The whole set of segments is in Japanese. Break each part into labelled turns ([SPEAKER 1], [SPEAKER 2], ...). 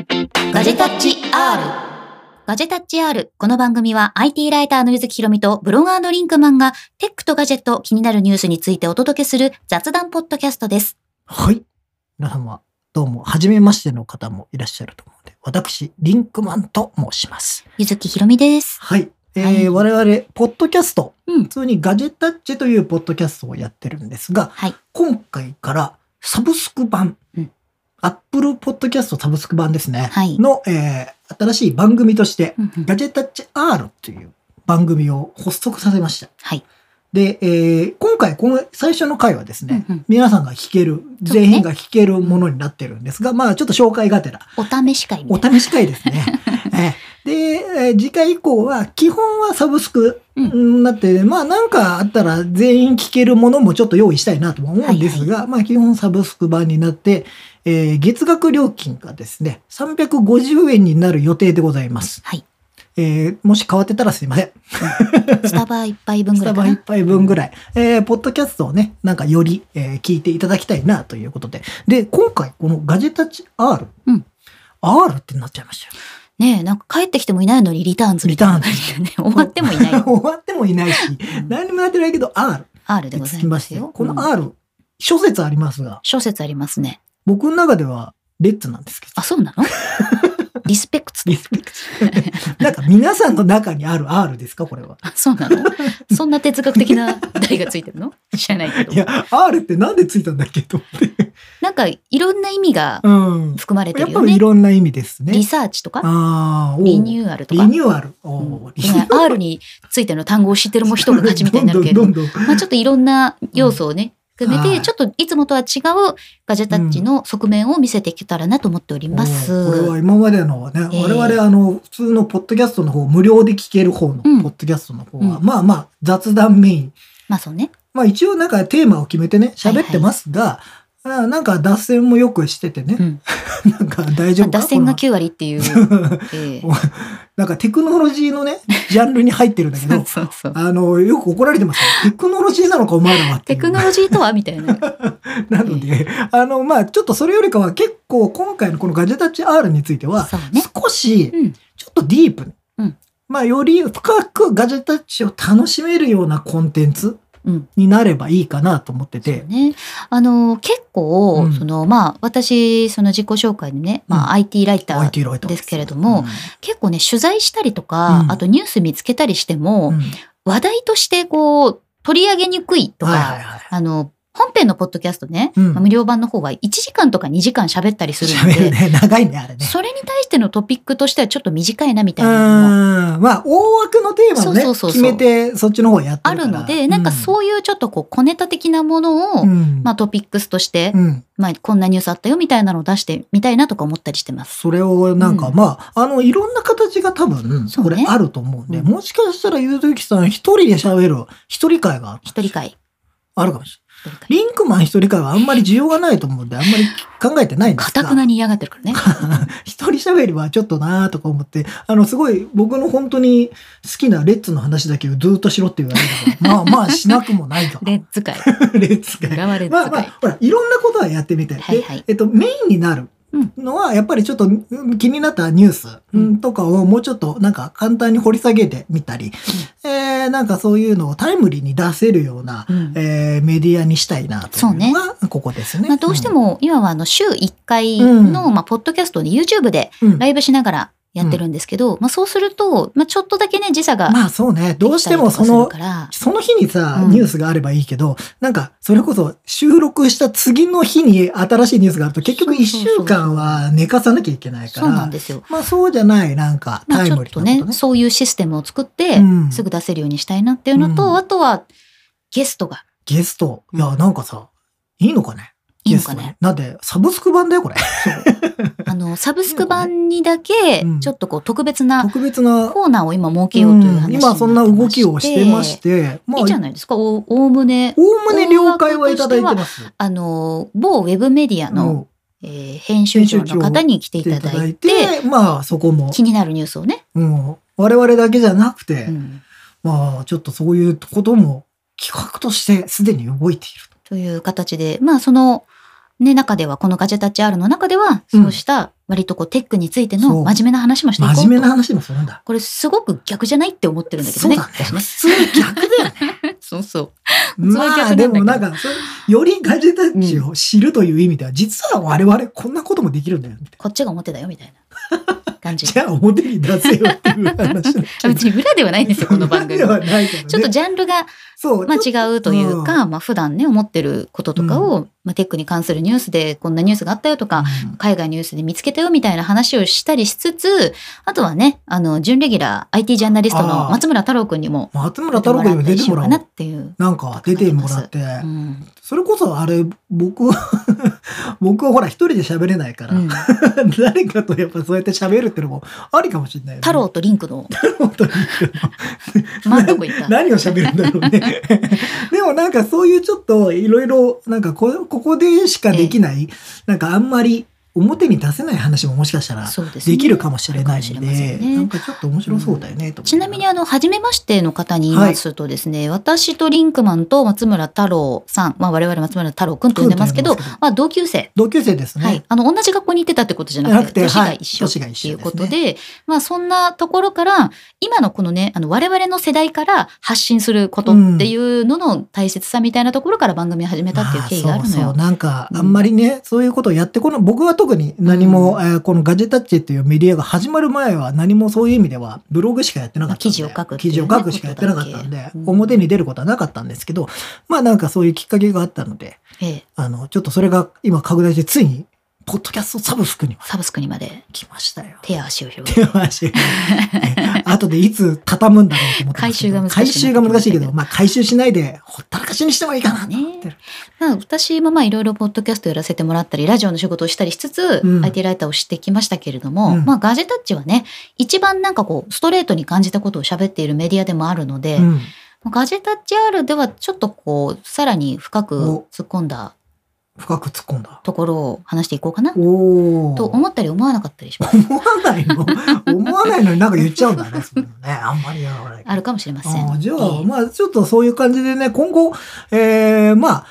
[SPEAKER 1] ジェタッチ R。ガジェタッチ R。この番組は IT ライターのゆずきひろみとブロガーのリンクマンがテックとガジェット気になるニュースについてお届けする雑談ポッドキャストです。
[SPEAKER 2] はい。皆様、どうも、はじめましての方もいらっしゃると思うので、私、リンクマンと申します。
[SPEAKER 1] ゆずきひろみです。
[SPEAKER 2] はい。えー
[SPEAKER 1] はい
[SPEAKER 2] 我々、ポッドキャスト、
[SPEAKER 1] うん
[SPEAKER 2] 普通にガジェタッチというポッドキャストをやってるんですが、
[SPEAKER 1] はい
[SPEAKER 2] 今回からサブスク版、
[SPEAKER 1] うん
[SPEAKER 2] アップルポッドキャストサブスク版ですね、
[SPEAKER 1] はい
[SPEAKER 2] の、えー新しい番組として、
[SPEAKER 1] うんうん
[SPEAKER 2] ガジェタッチ R という番組を発足させました。
[SPEAKER 1] はい。
[SPEAKER 2] で、えー今回、この最初の回はですね、
[SPEAKER 1] うんうん
[SPEAKER 2] 皆さんが弾ける、
[SPEAKER 1] そうね
[SPEAKER 2] 全員が弾けるものになってるんですが、まあちょっと紹介がてら、
[SPEAKER 1] お試し会みた
[SPEAKER 2] お
[SPEAKER 1] いな。
[SPEAKER 2] 試し会です ね。ええで、えー次回以降は、基本はサブスク
[SPEAKER 1] う
[SPEAKER 2] になって、まあなんかあったら全員聴けるものもちょっと用意したいなとも思うんですが、まあ基本サブスク版になって、えー月額料金がですね、350円になる予定でございます。
[SPEAKER 1] はい。
[SPEAKER 2] えーもし変わってたらすいません。
[SPEAKER 1] スタバ一杯分
[SPEAKER 2] ス
[SPEAKER 1] ぐ
[SPEAKER 2] タ
[SPEAKER 1] らいか
[SPEAKER 2] バ
[SPEAKER 1] な。
[SPEAKER 2] 一杯分ぐらい。えーポッドキャストをね、なんかより、えー聞いていただきたいなということで。で、今回、このガジェタッチ R。
[SPEAKER 1] うん。
[SPEAKER 2] R ってなっちゃいましたよ。
[SPEAKER 1] ねえ、なんか帰ってきてもいないのにリターンする。
[SPEAKER 2] リターン。
[SPEAKER 1] する。ね、 終わってもいな い
[SPEAKER 2] 終わってもいないし、何にもやってないけど R
[SPEAKER 1] R で
[SPEAKER 2] に
[SPEAKER 1] ござ
[SPEAKER 2] つ
[SPEAKER 1] い
[SPEAKER 2] きま
[SPEAKER 1] ま
[SPEAKER 2] し
[SPEAKER 1] す
[SPEAKER 2] て、
[SPEAKER 1] よ。
[SPEAKER 2] この
[SPEAKER 1] うん
[SPEAKER 2] R、諸説ありますが、
[SPEAKER 1] 小説ありますね。
[SPEAKER 2] 僕の中ではレッツなんですけど
[SPEAKER 1] あ、。そうな のリスペクト。
[SPEAKER 2] リスペクト。なんか皆さんの中にある R ですかこれは。
[SPEAKER 1] あ、そ うなのそんな哲学的な題がついてるの知らないけど
[SPEAKER 2] い。や、R ってなんでついたんだっけと思って。
[SPEAKER 1] なんかいろんな意味が
[SPEAKER 2] うん。
[SPEAKER 1] 含まれて
[SPEAKER 2] やっ
[SPEAKER 1] るよ
[SPEAKER 2] ぱりい
[SPEAKER 1] ね。
[SPEAKER 2] ろんな意味ですね。
[SPEAKER 1] リサーチとか、
[SPEAKER 2] ああ、おう
[SPEAKER 1] リニューアルと
[SPEAKER 2] リ
[SPEAKER 1] か。
[SPEAKER 2] ニューアル。お
[SPEAKER 1] うん
[SPEAKER 2] ー
[SPEAKER 1] ごめん R についての単語を知ってるも人が勝ちみたいになるけれど
[SPEAKER 2] ど
[SPEAKER 1] も
[SPEAKER 2] ん、どんどんどん
[SPEAKER 1] まあちょっといろんな要素をね、含め
[SPEAKER 2] は
[SPEAKER 1] て、
[SPEAKER 2] い
[SPEAKER 1] ちょっといつもとは違うガジェタッチの側面を見せていけたらなと思っております。
[SPEAKER 2] もうこれは今までのね、
[SPEAKER 1] ええ
[SPEAKER 2] 我々あの普通のポッドキャストの方無料で聞ける方のポ
[SPEAKER 1] う
[SPEAKER 2] ッ
[SPEAKER 1] ん
[SPEAKER 2] ドキャストの方は、
[SPEAKER 1] う
[SPEAKER 2] まあまあ雑談メイン
[SPEAKER 1] まあそうね。
[SPEAKER 2] まあ一応なんかテーマを決めてね喋ってますが、あなんか脱線もよくしててね
[SPEAKER 1] う、ん。
[SPEAKER 2] なんか大丈
[SPEAKER 1] ま
[SPEAKER 2] 夫か
[SPEAKER 1] あ脱線が
[SPEAKER 2] こ
[SPEAKER 1] 9割っ ていう。
[SPEAKER 2] の
[SPEAKER 1] ええ
[SPEAKER 2] なんかテクノロジーの ねジャンルに入ってるんだけ
[SPEAKER 1] そう
[SPEAKER 2] ど
[SPEAKER 1] そう そう。
[SPEAKER 2] あのよく怒られてますよテクノロジーなのかお前らはってい
[SPEAKER 1] テ
[SPEAKER 2] う
[SPEAKER 1] クノロジーとはみたいな。
[SPEAKER 2] なので、あの、まあ、ちょっとそれよりかは結構今回のこのガジェタッチ R については、
[SPEAKER 1] そうね。
[SPEAKER 2] 少し
[SPEAKER 1] うん。
[SPEAKER 2] ちょっとディープに、
[SPEAKER 1] うん
[SPEAKER 2] まあ、より深くガジェタッチを楽しめるようなコンテンツ
[SPEAKER 1] うん。
[SPEAKER 2] になればいいかなと思ってて、
[SPEAKER 1] ね、あの結構、
[SPEAKER 2] うん
[SPEAKER 1] そのまあ私その自己紹介でね、まあ、IT ライター
[SPEAKER 2] IT ライター
[SPEAKER 1] ですけれども、結構ね取材したりとか、
[SPEAKER 2] うん
[SPEAKER 1] あとニュース見つけたりして
[SPEAKER 2] う
[SPEAKER 1] も、
[SPEAKER 2] んうん
[SPEAKER 1] 話題としてこう取り上げにくいとか、
[SPEAKER 2] はいはいはい
[SPEAKER 1] あの本編のポッドキャストね、
[SPEAKER 2] うん
[SPEAKER 1] まあ無料版の方は1時間とか2時間喋ったりするの
[SPEAKER 2] 喋
[SPEAKER 1] で、
[SPEAKER 2] るね長いねあれね。
[SPEAKER 1] それに対してのトピックとしてはちょっと短いなみ
[SPEAKER 2] う
[SPEAKER 1] た
[SPEAKER 2] ん
[SPEAKER 1] いなのも
[SPEAKER 2] まあ大枠のテーマをね
[SPEAKER 1] そうそうそう
[SPEAKER 2] 決
[SPEAKER 1] そう
[SPEAKER 2] めてそっちの方やって
[SPEAKER 1] あ
[SPEAKER 2] るから
[SPEAKER 1] るので、なんかそういうちょっとこう小ネタ的なものを、
[SPEAKER 2] うん、うん
[SPEAKER 1] まあ、トピックスとして、
[SPEAKER 2] うん
[SPEAKER 1] まあ、こんなニュースあったよみたいなのを出してみたいなとか思ったりしてます。
[SPEAKER 2] それをなんか、
[SPEAKER 1] うん
[SPEAKER 2] まああのいろんな形が多分
[SPEAKER 1] そう
[SPEAKER 2] こ
[SPEAKER 1] ね
[SPEAKER 2] れあると思うんで、
[SPEAKER 1] うん
[SPEAKER 2] もしかしたらゆずきさん一人で喋る一人会が
[SPEAKER 1] 一人会。
[SPEAKER 2] あるかもし
[SPEAKER 1] 一人
[SPEAKER 2] れ
[SPEAKER 1] 会。
[SPEAKER 2] ない。リンクマン一人会はあんまり需要がないと思うんであんまり考えてないんです
[SPEAKER 1] か
[SPEAKER 2] が
[SPEAKER 1] たくなに嫌がってるか らね。
[SPEAKER 2] 一人喋りはちょっとなーとか思ってあのすごい僕の本当に好きなレッツの話だけをずっとしろって言われる からまあまあしなくもないか
[SPEAKER 1] レ
[SPEAKER 2] レ
[SPEAKER 1] ッツ会。
[SPEAKER 2] ッツ会。
[SPEAKER 1] 浦和レッ
[SPEAKER 2] まあ
[SPEAKER 1] ツ
[SPEAKER 2] ま
[SPEAKER 1] 会
[SPEAKER 2] あ。、ほら、いろんなことはやってみたい。
[SPEAKER 1] はい
[SPEAKER 2] で
[SPEAKER 1] はい
[SPEAKER 2] えっと、メインになる
[SPEAKER 1] うん
[SPEAKER 2] のは、やっぱりちょっとうん気になったニュース
[SPEAKER 1] うん
[SPEAKER 2] うんとかをもうちょっとなんか簡単に掘り下げてみたり、えーなんかそういうのをタイムリーに出せるような、
[SPEAKER 1] うん
[SPEAKER 2] えーメディアにしたいなというのが、ここですね。
[SPEAKER 1] まあ、どうしても今はあの週1回
[SPEAKER 2] う
[SPEAKER 1] の、まあ、ポッドキャストで YouTube で
[SPEAKER 2] うん、うん
[SPEAKER 1] ライブしながらやってるんですけど、まあ、そうすると、まあ、ちょっとだけね、時差が
[SPEAKER 2] まあそうね、どうしてもそ
[SPEAKER 1] で
[SPEAKER 2] の
[SPEAKER 1] きたりとかする
[SPEAKER 2] そ
[SPEAKER 1] から、
[SPEAKER 2] の日にさ、
[SPEAKER 1] うん
[SPEAKER 2] ニュースがあればいいけど、なんか、それこそ収録した次の日に新しいニュースがあると、結局
[SPEAKER 1] そう
[SPEAKER 2] 一
[SPEAKER 1] そうそうそう
[SPEAKER 2] 週間は寝かさなきゃいけないか
[SPEAKER 1] そうなん
[SPEAKER 2] ら、
[SPEAKER 1] ですよ。
[SPEAKER 2] まあそうじゃない、なんか、
[SPEAKER 1] ま
[SPEAKER 2] タイ
[SPEAKER 1] あ、ちょ
[SPEAKER 2] ム
[SPEAKER 1] っ
[SPEAKER 2] リー
[SPEAKER 1] と
[SPEAKER 2] な
[SPEAKER 1] ね
[SPEAKER 2] ことね。
[SPEAKER 1] そういうシステムを作って、
[SPEAKER 2] うん
[SPEAKER 1] すぐ出せるようにしたいなっていうのと、
[SPEAKER 2] うん
[SPEAKER 1] あとはゲストが
[SPEAKER 2] ゲスト。
[SPEAKER 1] う
[SPEAKER 2] い
[SPEAKER 1] ん
[SPEAKER 2] や、なんかさ、いいのかね
[SPEAKER 1] いい
[SPEAKER 2] ゲ
[SPEAKER 1] の
[SPEAKER 2] ス
[SPEAKER 1] か
[SPEAKER 2] ト
[SPEAKER 1] ね。
[SPEAKER 2] だって、サブスク版だよ、これ。
[SPEAKER 1] あの、サブスク版にだけ
[SPEAKER 2] うん、
[SPEAKER 1] ちょっとこう、特別な
[SPEAKER 2] 特別な、
[SPEAKER 1] コーナーを今設けようという話
[SPEAKER 2] うん
[SPEAKER 1] になってまして、
[SPEAKER 2] 今そんな動きをしてまして、ま
[SPEAKER 1] いいじゃ
[SPEAKER 2] あ、
[SPEAKER 1] ないですか。お、おおむね、
[SPEAKER 2] おおむね了解はいただいてます。
[SPEAKER 1] あの、某ウェブメディアの、
[SPEAKER 2] うん
[SPEAKER 1] えー編集長の方に来てい
[SPEAKER 2] して
[SPEAKER 1] た
[SPEAKER 2] いた
[SPEAKER 1] だ
[SPEAKER 2] だ
[SPEAKER 1] い
[SPEAKER 2] い
[SPEAKER 1] て、
[SPEAKER 2] て、まあそこも、
[SPEAKER 1] 気になるニュースをね、
[SPEAKER 2] うん我々だけじゃなくて、
[SPEAKER 1] うん
[SPEAKER 2] まあ、ちょっとそういうことも企画としてすでに動いていると。
[SPEAKER 1] という形で、まあ、その、ね、中では、このガジェタッチ R の中では、そうした割とこうテックについて
[SPEAKER 2] そ
[SPEAKER 1] の
[SPEAKER 2] う
[SPEAKER 1] 真面目な話もしていこうと
[SPEAKER 2] 真面目な話でもするんだ。
[SPEAKER 1] これすごく逆じゃないって思ってるんだけど
[SPEAKER 2] そう
[SPEAKER 1] ね。
[SPEAKER 2] だね。
[SPEAKER 1] 私ね
[SPEAKER 2] 普通逆だよ ね。
[SPEAKER 1] そうそう。
[SPEAKER 2] ま
[SPEAKER 1] は逆なんだ
[SPEAKER 2] あ
[SPEAKER 1] け
[SPEAKER 2] で
[SPEAKER 1] ど
[SPEAKER 2] もなんか、それよりガジェタッチを知るという意味では、実は我々こんなこともできるんだよ、みたい
[SPEAKER 1] こっちが表だよみたい な感じ
[SPEAKER 2] な。じ。
[SPEAKER 1] で
[SPEAKER 2] ゃあ表に出せよっていう話だけど
[SPEAKER 1] 別に裏ではない んですよ、この番組
[SPEAKER 2] そん。なではないけどね。
[SPEAKER 1] ちょっとジャンルが、
[SPEAKER 2] そう、
[SPEAKER 1] まあ、
[SPEAKER 2] ちょっ
[SPEAKER 1] 違うというか、まあ、普段ね、思ってることとかを、まあ、テックに関するニュースで、こんなニュースがあったよ
[SPEAKER 2] と
[SPEAKER 1] とか、海外ニュースで見つけたよみたいな話をしたりしつつ、あとはね、あの、準レギュラー IT ジャーナリストの
[SPEAKER 2] あー
[SPEAKER 1] 松村太郎くんにも、
[SPEAKER 2] 松村太郎君にも出てもらお
[SPEAKER 1] かなっ
[SPEAKER 2] う。
[SPEAKER 1] ていう。
[SPEAKER 2] なんか出てもらって、
[SPEAKER 1] うん。
[SPEAKER 2] それこそあれ、僕は 僕はほら一人で喋れないか
[SPEAKER 1] う
[SPEAKER 2] ら、
[SPEAKER 1] ん、
[SPEAKER 2] 誰かとやっぱそうやって喋るってのもありかもしれないよね、
[SPEAKER 1] 太郎とリンクの、
[SPEAKER 2] 本当に
[SPEAKER 1] まんどこ 行った。
[SPEAKER 2] 何を喋るんだろうね。 でもなんかそういうちょっといろいろなんかこここでしかできない、なんかあんまり表に出せない話ももしかしたら
[SPEAKER 1] そうですね
[SPEAKER 2] できるかもしれない
[SPEAKER 1] あ
[SPEAKER 2] の
[SPEAKER 1] るかもしれ
[SPEAKER 2] で、
[SPEAKER 1] ませんね
[SPEAKER 2] なんかちょっと面白そうだよね、と思って
[SPEAKER 1] ちなみにあの、初めましての方に言いますとですね、私とリンクマンと松村太郎さん、まあ我々松村太郎くんと呼んでますけど
[SPEAKER 2] くんと呼んでます、
[SPEAKER 1] まあ同級生。
[SPEAKER 2] 同級生ですね。
[SPEAKER 1] はい。あの、同じ学校に行ってたってことじゃなくて、
[SPEAKER 2] なくて
[SPEAKER 1] 年が
[SPEAKER 2] はい
[SPEAKER 1] 一緒
[SPEAKER 2] 年が
[SPEAKER 1] って
[SPEAKER 2] 一緒
[SPEAKER 1] いう
[SPEAKER 2] ですね
[SPEAKER 1] ことで、まあそんなところから、今のこのね、あの、我々の世代から発信することっていうのの大切さみたいなところから番組を始めたっていう経緯がある
[SPEAKER 2] ま
[SPEAKER 1] の
[SPEAKER 2] あそうそ
[SPEAKER 1] よ
[SPEAKER 2] う。なんか
[SPEAKER 1] うん
[SPEAKER 2] あんまりね、そういうことをやってこの僕は特に何も、
[SPEAKER 1] う
[SPEAKER 2] えーこの「ガジェタッチ」っていうメディアが始まる前は何もそういう意味ではブログしかやってなかったんで
[SPEAKER 1] 記事を書くってい
[SPEAKER 2] 記
[SPEAKER 1] うね
[SPEAKER 2] 事を書くしかやってなかったん
[SPEAKER 1] ことだ
[SPEAKER 2] で
[SPEAKER 1] け、うん
[SPEAKER 2] 表に出ることはなかったんですけどまあなんかそういうきっかけがあったので
[SPEAKER 1] ええ、
[SPEAKER 2] あのちょっとそれが今拡大してついにポッドキャストサブスクには
[SPEAKER 1] サブスクにまで
[SPEAKER 2] 来ましたよ。
[SPEAKER 1] 手や足を広げ
[SPEAKER 2] 手
[SPEAKER 1] て。
[SPEAKER 2] 回し ね後でいつ畳むんだろうと思ってますけど
[SPEAKER 1] 回収が難しくなってきましたけど
[SPEAKER 2] 回収が難しいけど、まあ回収しないでほったらかしにしてもいいか なと思ってる。
[SPEAKER 1] まあ私もまあいろいろポッドキャストやらせてもらったり、ラジオの仕事をしたりしつつ、
[SPEAKER 2] うん
[SPEAKER 1] IT ライターをしてきましたけれども、
[SPEAKER 2] うん
[SPEAKER 1] まあガジェタッチはね、一番なんかこう、ストレートに感じたことを喋っているメディアでもあるので、
[SPEAKER 2] うん
[SPEAKER 1] ガジェタッチ R ではちょっとこう、さらに深く
[SPEAKER 2] お
[SPEAKER 1] 突っ込んだ
[SPEAKER 2] 深く突っ込んだ。
[SPEAKER 1] ところを話していこうかな
[SPEAKER 2] おお。
[SPEAKER 1] と思ったり思わなかったりしま す。
[SPEAKER 2] 思わない の思わないのになんか言っちゃうんだね。そういうのねあんまりやらない。
[SPEAKER 1] あるかもしれませ
[SPEAKER 2] あー
[SPEAKER 1] ん。
[SPEAKER 2] じゃあ、
[SPEAKER 1] ええ
[SPEAKER 2] まあちょっとそういう感じでね、今後、えー、まあ、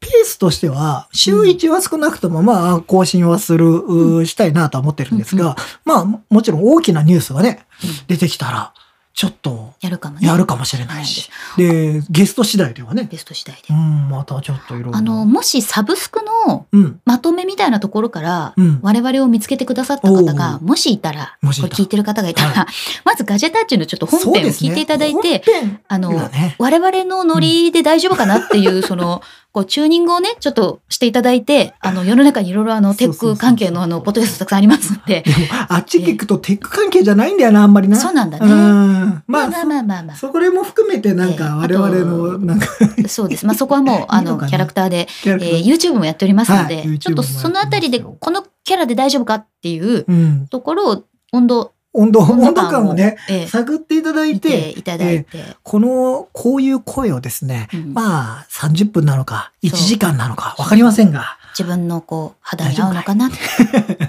[SPEAKER 2] ペースとしては、週1は少なくとも、まあ、更新はする、うーしたいなとは思ってるんですが、まあ、ももちろん大きなニュースがね
[SPEAKER 1] うん、
[SPEAKER 2] 出てきたら、ちょっと、
[SPEAKER 1] やるかもね。
[SPEAKER 2] やるかもしれないし、で、ゲスト次第ではね、
[SPEAKER 1] ベスト次第
[SPEAKER 2] う
[SPEAKER 1] で。
[SPEAKER 2] ん、またちょっといろいろ。
[SPEAKER 1] あの、もしサブスクの
[SPEAKER 2] うん、
[SPEAKER 1] まとめみたいなところから、
[SPEAKER 2] うん。
[SPEAKER 1] 我々を見つけてくださった方
[SPEAKER 2] お
[SPEAKER 1] が、
[SPEAKER 2] う
[SPEAKER 1] もしいたら、
[SPEAKER 2] もしいたら
[SPEAKER 1] これ聞いてる方がいたら、
[SPEAKER 2] は
[SPEAKER 1] まずガジェタッチのちょっと本編を聞いていただい
[SPEAKER 2] そう
[SPEAKER 1] て、
[SPEAKER 2] ですね、本編
[SPEAKER 1] あの、
[SPEAKER 2] だね
[SPEAKER 1] 我々のノリで大丈夫かなっていう、その、こう、チューニングをね、ちょっとしていただいて、あの、世の中にいろいろあの、
[SPEAKER 2] そ
[SPEAKER 1] テ
[SPEAKER 2] うそうそう
[SPEAKER 1] ッ
[SPEAKER 2] そう
[SPEAKER 1] ク関係のあの、ポッドキャストたくさんありますんで、
[SPEAKER 2] でもあっち聞くとテック関係じゃないんだよな、あんまりな。
[SPEAKER 1] そうなんだね。
[SPEAKER 2] う
[SPEAKER 1] まあ
[SPEAKER 2] ん。まあ、
[SPEAKER 1] まあまあまあまあ、
[SPEAKER 2] そこれも含めてなん
[SPEAKER 1] ええ
[SPEAKER 2] か我々
[SPEAKER 1] あと
[SPEAKER 2] のなんか
[SPEAKER 1] そうです。まあそこはもう、あ
[SPEAKER 2] いいの
[SPEAKER 1] の、
[SPEAKER 2] かな
[SPEAKER 1] キャラクターで、
[SPEAKER 2] キャ
[SPEAKER 1] え
[SPEAKER 2] ラクター
[SPEAKER 1] ー YouTube もやっておりますので、
[SPEAKER 2] はい YouTube もやってます
[SPEAKER 1] ちょっとそのあたりで、
[SPEAKER 2] よ
[SPEAKER 1] このキャラで大丈夫かっていう
[SPEAKER 2] うん。
[SPEAKER 1] ところを、温度、
[SPEAKER 2] 温度、温度感をね、
[SPEAKER 1] えー
[SPEAKER 2] 探っていただい
[SPEAKER 1] 見て
[SPEAKER 2] て、
[SPEAKER 1] いただいて、
[SPEAKER 2] この、こういう声をですね、
[SPEAKER 1] うん
[SPEAKER 2] まあ、30分なのか、
[SPEAKER 1] そう
[SPEAKER 2] 1時間なのか、わかりませんが、
[SPEAKER 1] 自分のこう、肌に合うのかな、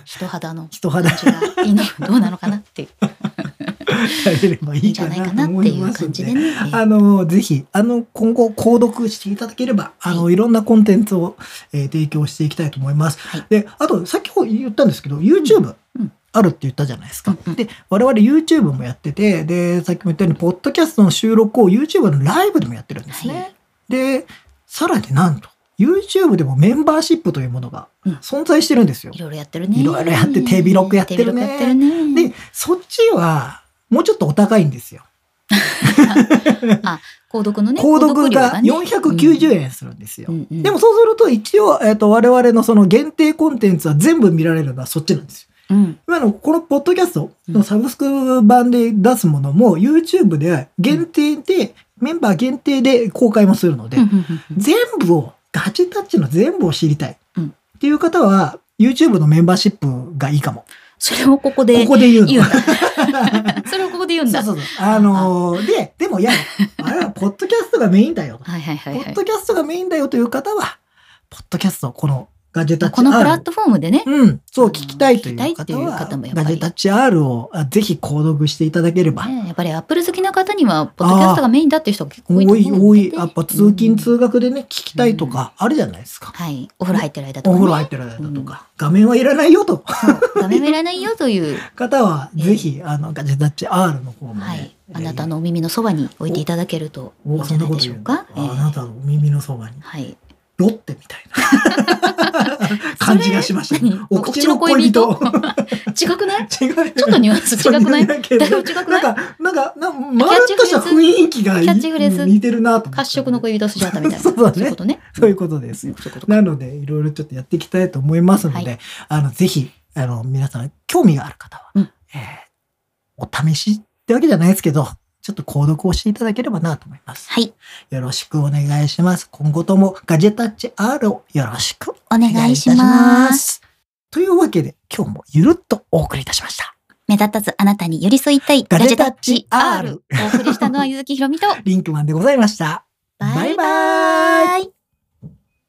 [SPEAKER 1] 人肌の
[SPEAKER 2] 人
[SPEAKER 1] 感
[SPEAKER 2] 肌
[SPEAKER 1] じがいいの、どうなのかなっていう。
[SPEAKER 2] やれればい
[SPEAKER 1] いいん
[SPEAKER 2] い
[SPEAKER 1] じゃ
[SPEAKER 2] か
[SPEAKER 1] ない
[SPEAKER 2] な
[SPEAKER 1] か
[SPEAKER 2] と
[SPEAKER 1] なっ
[SPEAKER 2] 思
[SPEAKER 1] て
[SPEAKER 2] い
[SPEAKER 1] いう
[SPEAKER 2] ます
[SPEAKER 1] 感
[SPEAKER 2] ん
[SPEAKER 1] じ
[SPEAKER 2] で
[SPEAKER 1] でね。えー
[SPEAKER 2] あの、ぜひ、あの、今後、購読していただければ、あの、、
[SPEAKER 1] はい
[SPEAKER 2] ろんなコンテンツを、えー提供していきたいと思います。
[SPEAKER 1] はい
[SPEAKER 2] で、あと、さっき言ったんですけど、YouTube
[SPEAKER 1] うん
[SPEAKER 2] あるって言ったじゃないですか。
[SPEAKER 1] うんうん
[SPEAKER 2] で、我々 YouTube もやってて、で、さっきも言ったように、ポッドキャストの収録を YouTube のライブでもやってるんですね。
[SPEAKER 1] はい
[SPEAKER 2] で、さらになんと、YouTube でもメンバーシップというものが
[SPEAKER 1] うん
[SPEAKER 2] 存在してるんですよ
[SPEAKER 1] い。ろいろやってるね。
[SPEAKER 2] いろいろやって手広くやってるね
[SPEAKER 1] 手広くやってるね
[SPEAKER 2] で、そっちは、もうちょっとお高いんですよ。
[SPEAKER 1] 購読のね。
[SPEAKER 2] 購読
[SPEAKER 1] 料
[SPEAKER 2] が
[SPEAKER 1] ね
[SPEAKER 2] 490円するんですよ。
[SPEAKER 1] うんうん
[SPEAKER 2] でも、そうすると一応、えっと我々のその限定コンテンツは全部見られるのはそっちなんですよ。
[SPEAKER 1] うん
[SPEAKER 2] 今のこのポッドキャストのサブスク版で出すものも YouTube で限定で、メンバー限定で公開もするので、
[SPEAKER 1] うんうんうんうん
[SPEAKER 2] 全部を、ガチタッチの全部を知りたい
[SPEAKER 1] うん
[SPEAKER 2] っていう方は YouTube のメンバーシップがいいかも。
[SPEAKER 1] それをここで
[SPEAKER 2] ここで言うの。
[SPEAKER 1] 言うん だ。それをここで言うん
[SPEAKER 2] そ
[SPEAKER 1] だ。
[SPEAKER 2] うそうそう。あのーで、で もいや、あれはポッドキャストがメインだよと。
[SPEAKER 1] はいはいはい
[SPEAKER 2] ポ
[SPEAKER 1] は
[SPEAKER 2] ッ
[SPEAKER 1] い。
[SPEAKER 2] ドキャストがメインだよという方は、ポッドキャスト、このガジェタッチ
[SPEAKER 1] このプラッ
[SPEAKER 2] R。
[SPEAKER 1] トフォームでね、
[SPEAKER 2] うん、そう聞きたいという
[SPEAKER 1] 聞きたいって
[SPEAKER 2] 方
[SPEAKER 1] いう
[SPEAKER 2] は、
[SPEAKER 1] 方もやっぱ
[SPEAKER 2] ガ
[SPEAKER 1] り
[SPEAKER 2] ジェタッチ R をあぜひ購読していただければ、
[SPEAKER 1] ねやっぱりアップル好きな方には、ポッドキャストがメインだっていう人が結構多いと
[SPEAKER 2] 多い
[SPEAKER 1] 思う
[SPEAKER 2] 多
[SPEAKER 1] ので
[SPEAKER 2] い、やっぱ通勤通学でね、聞きたいとかあるじゃないですか。
[SPEAKER 1] はい、お風呂入ってる間と
[SPEAKER 2] お
[SPEAKER 1] か、ね、
[SPEAKER 2] 風呂入ってる間とか、画面はいらないよと
[SPEAKER 1] 画面見られないよという、
[SPEAKER 2] 方は、ぜひ、あの、ガジェタッチ R の方もね、
[SPEAKER 1] はい、あなた
[SPEAKER 2] の、
[SPEAKER 1] のお耳のそばに置いていただけるといいん
[SPEAKER 2] お
[SPEAKER 1] じ
[SPEAKER 2] そ
[SPEAKER 1] ゃ
[SPEAKER 2] ん
[SPEAKER 1] な
[SPEAKER 2] ないこ
[SPEAKER 1] で
[SPEAKER 2] と
[SPEAKER 1] し
[SPEAKER 2] 言
[SPEAKER 1] ょ
[SPEAKER 2] う
[SPEAKER 1] う
[SPEAKER 2] の
[SPEAKER 1] か。ええ
[SPEAKER 2] あなたのお耳のそばに、
[SPEAKER 1] はい、
[SPEAKER 2] ロッテみたい な感じがしました、
[SPEAKER 1] それ何
[SPEAKER 2] お口の恋人。
[SPEAKER 1] お口 違くない
[SPEAKER 2] 違う
[SPEAKER 1] ちょっとニュアンス違くないだ
[SPEAKER 2] だけど
[SPEAKER 1] いぶ違く
[SPEAKER 2] な
[SPEAKER 1] なんい
[SPEAKER 2] か、なんか、なんまるっとした雰囲気がい
[SPEAKER 1] キャッチフレーズ
[SPEAKER 2] 似てるなと思って
[SPEAKER 1] 褐色の恋人筋たみたいな。
[SPEAKER 2] そうだね
[SPEAKER 1] いうことね。
[SPEAKER 2] そういうことです
[SPEAKER 1] うんそういうことか
[SPEAKER 2] なので、いろいろちょっとやっていきたいと思いますので、
[SPEAKER 1] は
[SPEAKER 2] あの、ぜひ、あの、皆さん、興味がある方は、
[SPEAKER 1] うん
[SPEAKER 2] えーお試しってわけじゃないですけど、ちょっと購読をしていただければなと思います。
[SPEAKER 1] はい、
[SPEAKER 2] よろしくお願いします。今後ともガジェタッチ R をよろしく
[SPEAKER 1] お
[SPEAKER 2] お願
[SPEAKER 1] 願
[SPEAKER 2] い
[SPEAKER 1] い
[SPEAKER 2] い
[SPEAKER 1] した
[SPEAKER 2] し
[SPEAKER 1] ま。
[SPEAKER 2] ますす。というわけで、今日もゆるっとお送りいたしました。
[SPEAKER 1] 目立たずあなたに寄り添いたい
[SPEAKER 2] ガ
[SPEAKER 1] ガ
[SPEAKER 2] ジ
[SPEAKER 1] ジ
[SPEAKER 2] ェ
[SPEAKER 1] ェ
[SPEAKER 2] タ
[SPEAKER 1] タ
[SPEAKER 2] ッ
[SPEAKER 1] ッ
[SPEAKER 2] チ
[SPEAKER 1] チ
[SPEAKER 2] R
[SPEAKER 1] R。お送りしたのはゆずきひろみと。
[SPEAKER 2] リンクマンでございました。
[SPEAKER 1] バイバ
[SPEAKER 2] バイバーイ
[SPEAKER 1] イ。